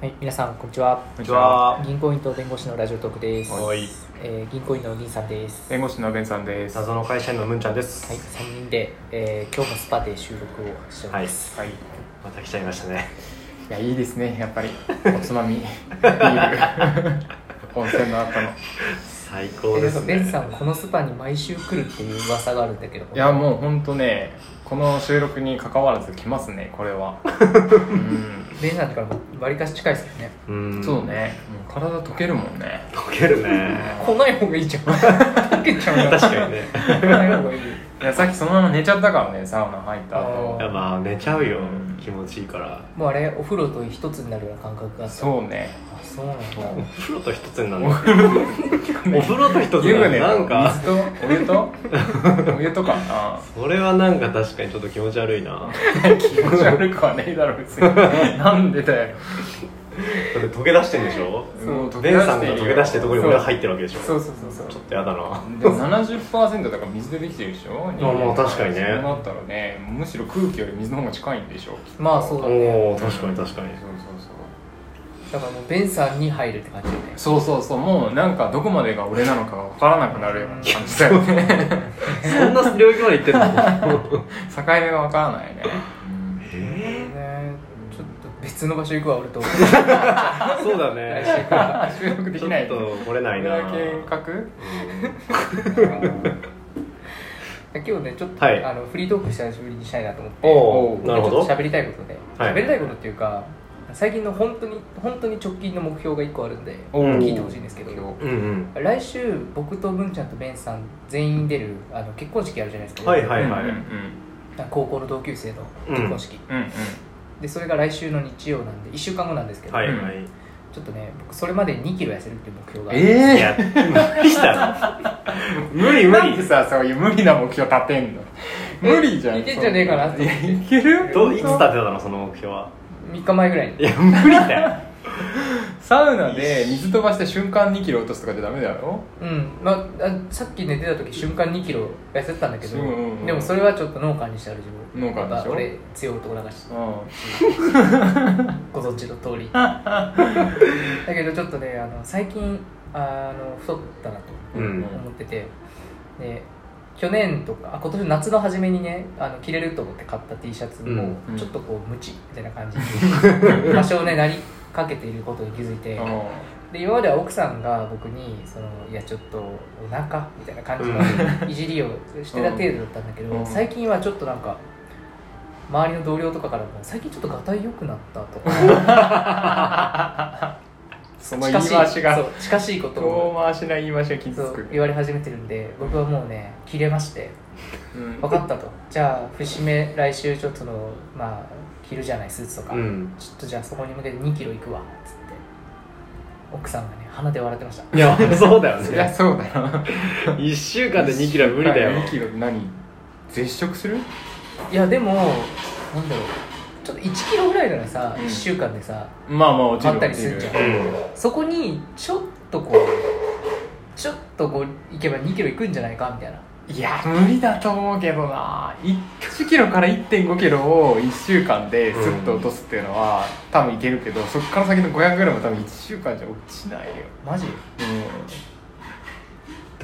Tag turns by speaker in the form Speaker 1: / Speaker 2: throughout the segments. Speaker 1: はい、皆さんこんにちは。
Speaker 2: こんにちは。
Speaker 1: 銀行員と弁護士のラジオトークです。
Speaker 2: はい
Speaker 1: えー銀行員の銀さんです。は
Speaker 2: 弁護士のベンさんです。
Speaker 3: 謎の会社員のムンちゃんです。
Speaker 1: い、三人で、えー今日もスパで収録をしており
Speaker 3: はい
Speaker 1: ま。す。
Speaker 2: はい。い
Speaker 3: また来ちゃいましたね。
Speaker 2: やいいですねやっぱ りおつまみビール温泉の後の
Speaker 3: 最高
Speaker 1: え
Speaker 3: で
Speaker 1: ーと
Speaker 3: す
Speaker 1: ベ
Speaker 3: ね。
Speaker 1: ンさんこのスパに毎週来るっていう噂があるんだけど。
Speaker 2: いやもう本当ねこの収録に関わらず来ますねこれ は。う
Speaker 1: ベンさんだからわりかし近いですよね。
Speaker 3: うん。
Speaker 2: ん。そう。ね。もう体溶けるもんね。
Speaker 3: 溶けるね。
Speaker 1: 来ない方がいいじゃん。 かけちゃう
Speaker 3: 確
Speaker 1: か
Speaker 3: かにね。
Speaker 1: 来ない方がいい。
Speaker 2: いやさっきそのまま寝ちゃったからねサウナ入った後
Speaker 3: いやまあ寝ちゃうよ。気持ちいいから。
Speaker 1: もうあれお風呂と一つになるような感覚があった。
Speaker 2: そうね。
Speaker 1: あ、そうなんだ。
Speaker 3: お風呂と一つになる
Speaker 2: お。風呂
Speaker 3: お風呂と一つ
Speaker 2: 湯
Speaker 3: になる。
Speaker 2: 船
Speaker 3: な
Speaker 2: の
Speaker 3: んか
Speaker 2: 水。とお湯と お湯とかな。
Speaker 3: それはなんか確かにちょっと気持ち悪いな。
Speaker 2: 気持ち悪くはねえだろ 別に。なんでだよ。
Speaker 3: だって溶け出してんでしょ
Speaker 2: そう溶け
Speaker 3: ベ
Speaker 2: 出してる
Speaker 3: ン
Speaker 2: よ
Speaker 3: さんが溶け出してるところに俺が入ってるわけでしょ
Speaker 2: そうそうそうそう
Speaker 3: ちょっとやだな。
Speaker 2: でも70%だから水でできてるでしょ人間
Speaker 3: まあ確かにね
Speaker 2: そうなったらねむしろ空気より水の方が近いんでしょきっと
Speaker 1: まあそうだね。
Speaker 3: おー、確かに確かに
Speaker 2: そう。そ
Speaker 1: だからもうベンさんに入るって感じだよね。
Speaker 2: うそうそうそうそうもうなんかどこまでが俺なのかが分からなくなるような感じだよ ね
Speaker 3: そんな領域まで行ってんの
Speaker 2: 境目が分からないね
Speaker 3: え
Speaker 1: ねちょっと別の場所行くわ俺と。
Speaker 3: ー そうだね。
Speaker 2: 収録で
Speaker 3: ち
Speaker 2: き
Speaker 3: ょっ
Speaker 2: ないこと
Speaker 3: 来れない
Speaker 2: れ
Speaker 3: な
Speaker 2: だ。け覚
Speaker 1: 今日ねちょっと、
Speaker 3: はい
Speaker 1: あのフリートーク久しぶりにしたいなと思って
Speaker 3: お
Speaker 2: ー
Speaker 3: おなるほ
Speaker 1: ちょっと
Speaker 3: ど
Speaker 1: 喋りたいことで
Speaker 3: はい
Speaker 1: 喋りたいことっていうか最近の本当に本当に直近の目標が1個あるんで
Speaker 2: おー
Speaker 1: 聞いてほしいんですけど
Speaker 3: うんうん
Speaker 1: 来週僕と文ちゃんとベンさん全員出るあの結婚式あるじゃないですか、
Speaker 3: はいはい
Speaker 2: うんうん
Speaker 1: 高校の同級生の結婚式、
Speaker 2: うんうん
Speaker 1: でそれが来週の日曜なんで1週間後なんですけど、
Speaker 3: はい
Speaker 2: うん
Speaker 3: はい
Speaker 1: ちょっとね僕それまで2キロ痩せるっていう目標が
Speaker 3: い
Speaker 2: え
Speaker 3: や無理だろ無
Speaker 2: え
Speaker 3: 理無
Speaker 2: なんで
Speaker 3: 理
Speaker 2: さそういう無理な目標立てんの無理じゃん
Speaker 1: いけんじゃねえかなと
Speaker 2: いやいける
Speaker 3: どういつ立てたのその目標は
Speaker 1: 3日前ぐらいに
Speaker 3: いや無理だよ
Speaker 2: サウナで水飛ばして瞬間2キロ落とすとかじゃダメだろ
Speaker 1: うんまああ、さっき寝てた時瞬間2キロ痩せてたんだけど、
Speaker 2: うんうんうん
Speaker 1: でもそれはちょっと脳幹にしてある自分
Speaker 2: 脳幹でしょ
Speaker 1: 俺強い男だからし
Speaker 2: う
Speaker 1: ご存知の通 りだけどちょっとねあの最近あの太ったなと
Speaker 3: うん
Speaker 1: 思ってて、で去年とかあ今年の夏の初めにねあの着れると思って買った T シャツも、
Speaker 2: うん
Speaker 1: ちょっとこう無知みたいな感じに 多少ねなりかけていることに気づいて、
Speaker 2: んうん
Speaker 1: で今までは奥さんが僕にそのいやちょっとお腹みたいな感じの いじりをしてた程度だったんだけど、
Speaker 2: うん
Speaker 1: 最近はちょっとなんか周りの同僚とかからも最近ちょっとがたい良くなった とか
Speaker 2: その言い回し
Speaker 1: 近
Speaker 2: が
Speaker 1: しいそう近しいこと
Speaker 2: 遠
Speaker 1: を
Speaker 2: 回しな言い回しが傷
Speaker 1: そ
Speaker 2: つ
Speaker 1: う
Speaker 2: く
Speaker 1: 言われ始めてるんで僕はもうね切れまして
Speaker 2: うん
Speaker 1: 分かったとじゃあ節目来週ちょっとそのまあ着るじゃないスーツとか、
Speaker 3: うん
Speaker 1: ちょっとじゃあそこに向けて2キロ行くわっつって奥さんがね鼻で笑ってました
Speaker 3: いや そうだよ
Speaker 2: そりゃ
Speaker 3: ね
Speaker 2: そうだな
Speaker 3: 1週間で2キロは 無理だよ
Speaker 2: 2キロ何絶食する
Speaker 1: いやでもなんだろうちょっと1キロぐらいならさ、
Speaker 2: うん
Speaker 1: 1週間でさ
Speaker 2: まあまあ落ちる
Speaker 1: あったり
Speaker 2: 落ちる
Speaker 1: すんじ
Speaker 3: う
Speaker 1: ゃ
Speaker 3: ん
Speaker 1: そこにちょっとこうちょっとこういけば2キロいくんじゃないかみたいない
Speaker 2: や無理だと思うけどな1キロから1 5キロを1週間ですっと落とすっていうのは多分いけるけどそっから先の 500g は多分1週間じゃ落ちないよ
Speaker 1: マジ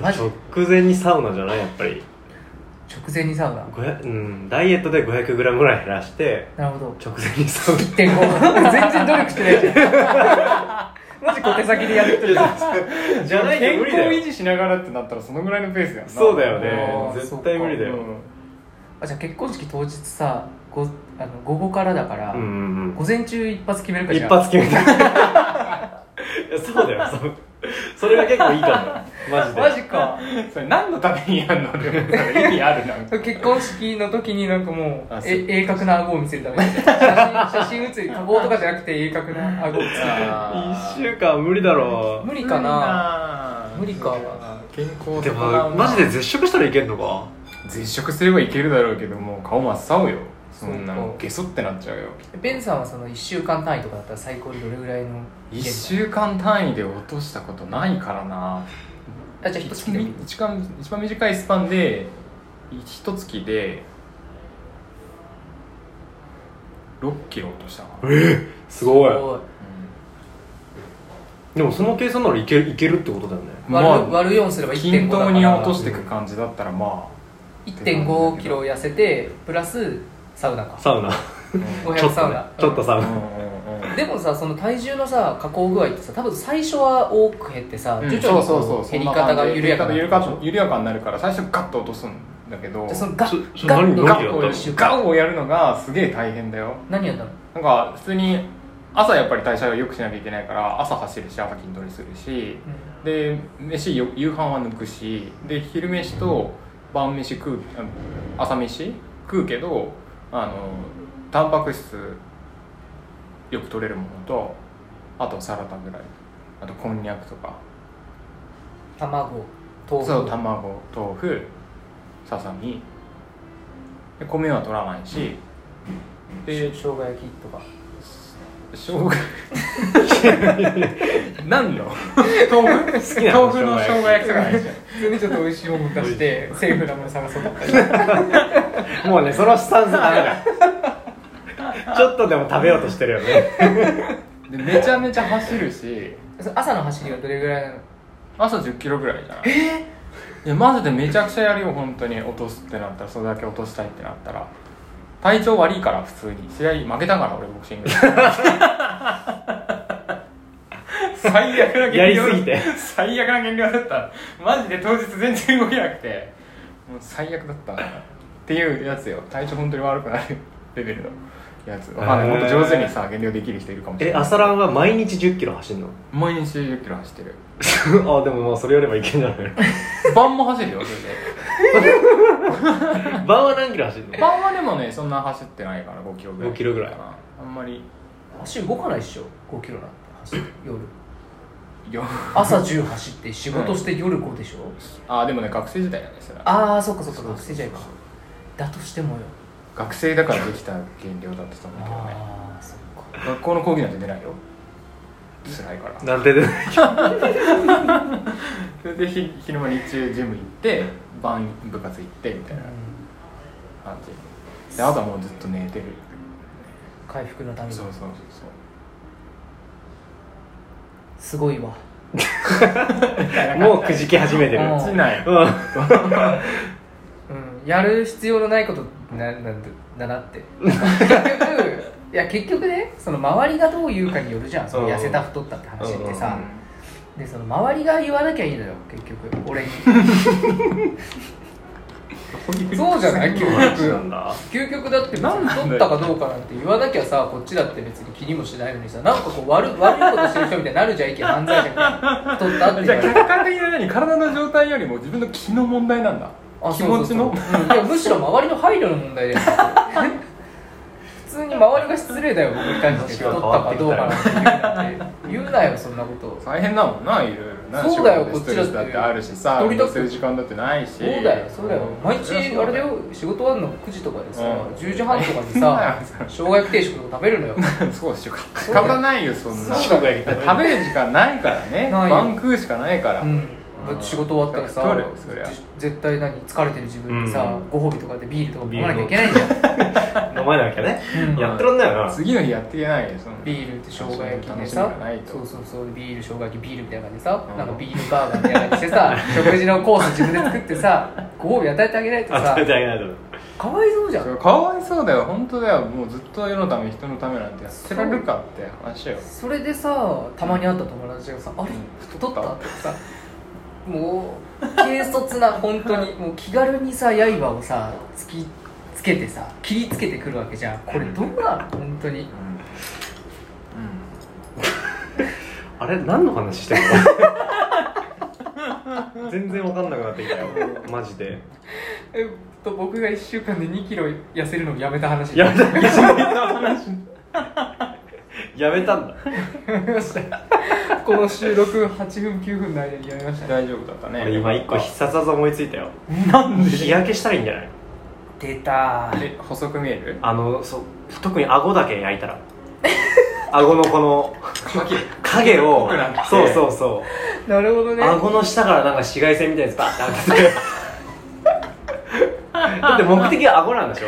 Speaker 1: マジ
Speaker 3: 直前にサウナじゃないやっぱり
Speaker 1: 直前にサウナ
Speaker 3: ごやうんダイエットで 500g ぐらい減らして
Speaker 1: なるほど
Speaker 3: 直前にサウナ
Speaker 1: 1.5 全然努力してないじゃん マジ小手先でやってる
Speaker 3: じゃないと
Speaker 2: 健康
Speaker 3: 無理だ
Speaker 2: 維
Speaker 3: よ
Speaker 2: 持しながらってなったらそのぐらいのペースやんな
Speaker 3: そうだよ
Speaker 1: あー
Speaker 3: ね絶対無理だよ
Speaker 2: うん
Speaker 1: あじゃあ結婚式当日さごあの午後からだから、
Speaker 3: うんうん
Speaker 1: 午前中一発決める
Speaker 3: う
Speaker 1: か
Speaker 3: ん一
Speaker 1: じゃあ
Speaker 3: 発決め たいやそうだよそうそれが結構いいかもマジで
Speaker 1: マジか
Speaker 2: それ何のためにやんのでもそれ意味あるな
Speaker 1: 結婚式の時になんかもう
Speaker 2: あそう
Speaker 1: え鋭角な顎を見せるために写真写真写り加工とかじゃなくて鋭角な顎を見せる
Speaker 3: 1週間無理だろ
Speaker 1: 無理かな無理か
Speaker 2: 健康
Speaker 3: うでもマジで絶食したらいけんのか
Speaker 2: 絶食すればいけるだろうけどもう顔真っ青よそんな
Speaker 1: そう
Speaker 2: の
Speaker 1: か
Speaker 2: ゲソってなっちゃうよ
Speaker 1: ベンさんはその1週間単位とかだったら最高でどれぐらいの
Speaker 2: 1週間単位で落としたことないからな
Speaker 1: あじゃあ一
Speaker 2: 一
Speaker 1: 月でもいい
Speaker 2: 一番一番短いスパンで一月で6キロ落としたかな
Speaker 3: すごい
Speaker 1: おい
Speaker 2: うん
Speaker 3: でもその計算ならいけるいけるってことだよね
Speaker 2: まあ
Speaker 1: 割る割る4すれば
Speaker 2: 均
Speaker 1: 1.5だ
Speaker 2: 等
Speaker 1: か
Speaker 2: に
Speaker 1: ら
Speaker 2: 落としていく感じだったらま
Speaker 1: 1.5キロ痩せてプラスサウナか
Speaker 3: サウナ
Speaker 2: あ、
Speaker 1: 500
Speaker 3: ちょっ
Speaker 1: サ
Speaker 3: と
Speaker 1: ウ
Speaker 3: ね
Speaker 1: ナ
Speaker 3: ちょっとサウナ
Speaker 2: うん
Speaker 1: でもさその体重のさ加工具合ってさ多分最初は多く減ってさ
Speaker 2: うん
Speaker 1: 徐
Speaker 2: そうそう
Speaker 1: 々
Speaker 2: そう
Speaker 1: に減り方が緩やか
Speaker 2: な
Speaker 1: な
Speaker 2: 緩やか緩やかになるから最初ガッと落とすんだけど
Speaker 1: でそのガッ
Speaker 3: そそ
Speaker 1: ガ
Speaker 3: 何
Speaker 1: ッ
Speaker 3: 何
Speaker 1: と
Speaker 3: や
Speaker 2: ガ
Speaker 3: っ
Speaker 2: ッをや
Speaker 3: たの
Speaker 2: るガッをやるのがすげえ大変だよ
Speaker 1: 何やったの
Speaker 2: なんか普通に朝やっぱり代謝を良くしなきゃいけないから朝走るし朝筋トレするしで飯よ夕飯は抜くしで昼飯と晩飯食うあ朝飯食うけどあのタンパク質よく取れるものとあとサラダぐらいあとこんにゃくとか
Speaker 1: 卵豆
Speaker 2: そう
Speaker 1: 腐
Speaker 2: 卵豆腐ささみで米は取らないし
Speaker 1: 生
Speaker 2: で
Speaker 1: 姜焼きとか
Speaker 2: 生 姜何の豆腐
Speaker 3: 好きなの
Speaker 2: 豆腐の生姜焼きとかないじゃん
Speaker 1: それでちょっと美味しいもの出してセーフなもの探そうと思ったり
Speaker 3: もうねそのスタンスダメだ ちょっとでも食べようとしてるよね
Speaker 2: でめちゃめちゃ走るし
Speaker 1: そ朝の走りはどれぐらいなの
Speaker 2: 朝1 0キロぐらいじゃないえいやマジでめちゃくちゃやるよ本当に落とすってなったらそれだけ落としたいってなったら体調悪いから普通に試合負けたから俺ボクシング最悪な減量
Speaker 3: やりすぎて
Speaker 2: 最悪な減量だったマジで当日全然動けなくてもう最悪だったなっていうやつよ体調本当に悪くなるレベルのやつわかんない
Speaker 3: へ
Speaker 2: も
Speaker 3: ー
Speaker 2: っと上手にさ減量できる人いるかもしれ
Speaker 3: え
Speaker 2: ない
Speaker 3: 朝ランは毎日1 0キロ走 るの
Speaker 2: 毎日1 0キロ走ってる
Speaker 3: あでもまあそれやればいけんじゃない
Speaker 2: 晩も走るよそれで
Speaker 3: 晩は何キロ走るの
Speaker 2: 晩はでもねそんな走ってないから5キロぐらい
Speaker 3: 5キロぐらい
Speaker 2: あんまり
Speaker 1: 足動かないっしょ5キロなんて走って夜
Speaker 2: よ
Speaker 1: 朝10走って仕事して夜5でしょ、
Speaker 2: あでもね学生時代なんですよ
Speaker 1: ああそっかそっか学生じゃいかだとしてもよ
Speaker 2: 学生だからできた減量だったと思うけどね
Speaker 1: ああそっか
Speaker 2: 学校の講義なんて出ないよ辛いから
Speaker 3: なんでで
Speaker 2: それでひ昼間日中ジム行って晩部活行ってみたいな感じであとはもうずっと寝てる
Speaker 1: 回復のために
Speaker 2: そうそうそう
Speaker 1: すごいわ
Speaker 2: そう
Speaker 3: もうくじき始めてる
Speaker 1: うん
Speaker 2: 落ちない
Speaker 3: うん
Speaker 1: うんやる必要のないことななんだだなって結局いや結局ねその周りがどう言うかによるじゃんその痩せた太ったって話ってさでその周りが言わなきゃいいのよ結局 俺にそうじゃない結
Speaker 3: 話
Speaker 1: 局
Speaker 3: なんだ
Speaker 1: 究極だって別に取ったかどうかなんて言わなきゃさこっちだって別に気にもしないのにさなんかこう悪悪いことしてる人みたいになるじゃんいけ犯罪者みたいな取ったって
Speaker 2: じ
Speaker 1: 言
Speaker 2: ゃあ
Speaker 1: われ
Speaker 2: 客
Speaker 1: て
Speaker 2: 観的な何体の状態よりも自分の気の問題なんだ
Speaker 1: あ
Speaker 2: 気
Speaker 1: そうそ
Speaker 2: 持
Speaker 1: う
Speaker 2: ち
Speaker 1: そう
Speaker 2: の
Speaker 1: うんいやむしろ周りの配慮の問題だよ 普通に周りが失礼だよ僕に対して取ったかどうかなんて言うなんて言うなよそんなこと
Speaker 2: 大変だもんないろいろな
Speaker 1: そうだよ
Speaker 2: 仕事でストレスだってあるしさ
Speaker 1: こっちだって
Speaker 2: 運動する時間だってないし
Speaker 1: そうだよそうだよ毎日あれだよ仕事終わるの9時とかでさ、10時半とかにさ 生姜焼き定食とか食べるのよ
Speaker 2: そうでしょ仕
Speaker 1: うだよ
Speaker 2: 方ないよそんな
Speaker 3: そう
Speaker 2: 食
Speaker 3: だ
Speaker 2: べ
Speaker 3: よ
Speaker 2: る時間ないからね
Speaker 1: ないよ
Speaker 2: 晩食うしかないから、
Speaker 1: うん、だって仕事終わったらさ
Speaker 2: 太るそりゃ
Speaker 1: じ絶対何疲れてる自分にさ、
Speaker 3: うん
Speaker 1: ご褒美とかでビールとか飲まなきゃいけないじゃ
Speaker 3: 飲まなきゃね
Speaker 1: ん、うん
Speaker 3: やってらんないよな
Speaker 2: 次の日やっていけないよそん
Speaker 1: ビ
Speaker 2: な
Speaker 1: ールって生姜焼きで
Speaker 2: そういう楽し
Speaker 1: さ
Speaker 2: みがないと
Speaker 1: そうそうそうビール生姜焼きビールみたいな感じでさ、
Speaker 2: うん
Speaker 1: なんかビールバーガーみたいな感じで さ食事のコース自分で作ってさご褒美与えてあげないと
Speaker 3: あ
Speaker 1: さ
Speaker 3: 食べてあげないと
Speaker 1: かわいそうじゃん
Speaker 2: それかわいそうだよ本当だよもうずっと世のため人のためなんてやってられるかって話よ
Speaker 1: それでさたまに会った友達がさ「あれ太った?」ってさもう軽率な本当 にもう気軽にさ刃をさ突きつけてさ切りつけてくるわけじゃんこれどうなの本当に
Speaker 3: あれ何の話してるの全然わかんなくなってきたよマジで
Speaker 1: えっと僕が1週間で2キロ痩せるのをやめた話
Speaker 3: やめたやめた話やめたんだ
Speaker 1: めました この収録8分9分の間にやめましたね
Speaker 2: 大丈夫だったね
Speaker 3: 俺今一個必殺技思いついたよ
Speaker 2: なんで
Speaker 3: 日焼けしたらいいんじゃない
Speaker 1: 出た
Speaker 2: え細く見える
Speaker 3: あのそう特に顎だけ焼いたら顎のこの影を
Speaker 2: 濃くなって
Speaker 3: そうそうそう
Speaker 1: なるほどね
Speaker 3: 顎の下からなんか紫外線みたいなやつバーって だって目的は顎なんでしょ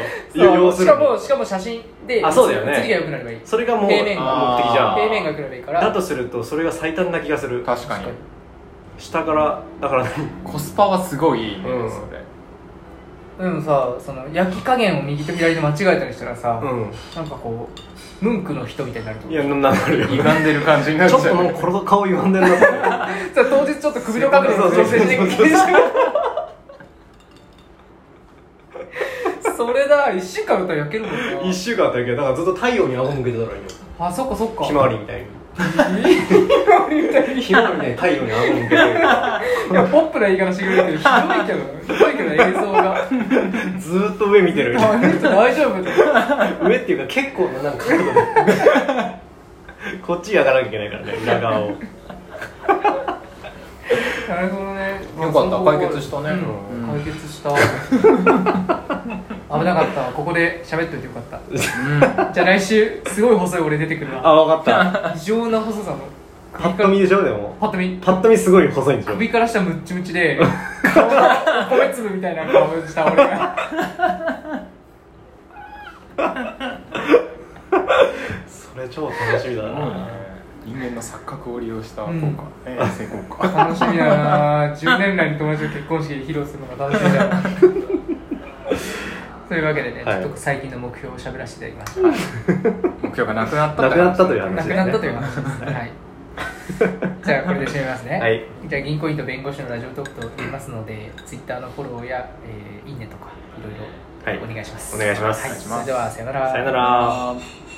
Speaker 1: そうしか
Speaker 3: に
Speaker 1: もしかも写真で
Speaker 3: あそうだよね
Speaker 1: 次が良くなればいい
Speaker 3: それがもう目
Speaker 1: 平
Speaker 3: 的じ
Speaker 1: 面が
Speaker 3: ゃ
Speaker 2: あ
Speaker 3: ん
Speaker 2: ー
Speaker 1: 平面が良くなればいいから
Speaker 3: だとするとそれが最短な気がする
Speaker 2: 確か
Speaker 1: 確
Speaker 2: に
Speaker 1: かに
Speaker 3: 下からだから何
Speaker 2: コスパはすごいいいね、
Speaker 3: うん
Speaker 2: それ
Speaker 1: でもさその焼き加減を右と左で間違えたりしたらさ、
Speaker 3: う
Speaker 1: なんかこうムンクの人みたいになると
Speaker 3: ん
Speaker 1: 思
Speaker 3: いうやななるよ
Speaker 2: 歪んでる感じになっち
Speaker 3: ち
Speaker 2: ゃ
Speaker 3: ょ
Speaker 2: う
Speaker 3: っともうこの顔歪んでるなと 思って
Speaker 1: さ当日ちょっと首の角度を調整して
Speaker 3: そうそうそう
Speaker 1: それだ一週間だったら焼けるもんな
Speaker 3: 一週間あったけどだからずっと太陽に顎向けてたらいいよ
Speaker 1: あそっかそっか
Speaker 3: ひまわりみた いにひまわりみたいに太陽に顎向けて
Speaker 1: いやポップな言い方してくれるけどひどいけどひどいけど映像が
Speaker 3: ずーっと上見てる
Speaker 1: あの人大丈夫だよ
Speaker 3: 上っていうか結構ななんか角度で こっちやらなきゃいけないからね裏側を
Speaker 1: なるほどね
Speaker 2: よかった解決したね、
Speaker 1: うん
Speaker 2: うん
Speaker 1: 解決した危なかったここで喋っといてよかったじゃあ来週すごい細い俺出てくるな
Speaker 3: あ分 かった
Speaker 1: 異常な細さの
Speaker 3: パッと見でしょでも
Speaker 1: パッと見
Speaker 3: パッと見すごい細いんでしょ
Speaker 1: 首から下ムッチムチで顔が米粒みたいな顔をした俺が
Speaker 3: それ超楽しみだな、
Speaker 2: 人間の錯覚を利用した効
Speaker 1: う
Speaker 2: 果、
Speaker 1: ん
Speaker 2: えー成功か
Speaker 1: 楽しみだな10年来の友達が結婚式で披露するのが楽しみだなというわけでね、
Speaker 3: はい
Speaker 1: ちょっと最近の目標を喋らせていただきまし
Speaker 2: 目標がなくなった
Speaker 3: なくなったという
Speaker 1: た
Speaker 3: 話
Speaker 1: な
Speaker 3: です
Speaker 1: く
Speaker 3: ね
Speaker 1: なったという話ですはいじゃあこれで締めますね、
Speaker 3: はい
Speaker 1: じゃあ銀行員と弁護士のラジオトークと言いますのでツイッターのフォローや、えーいいねとかいろいろお願いします、
Speaker 3: はいお願いします
Speaker 1: はい、それではさよなら
Speaker 3: さよなら
Speaker 2: あー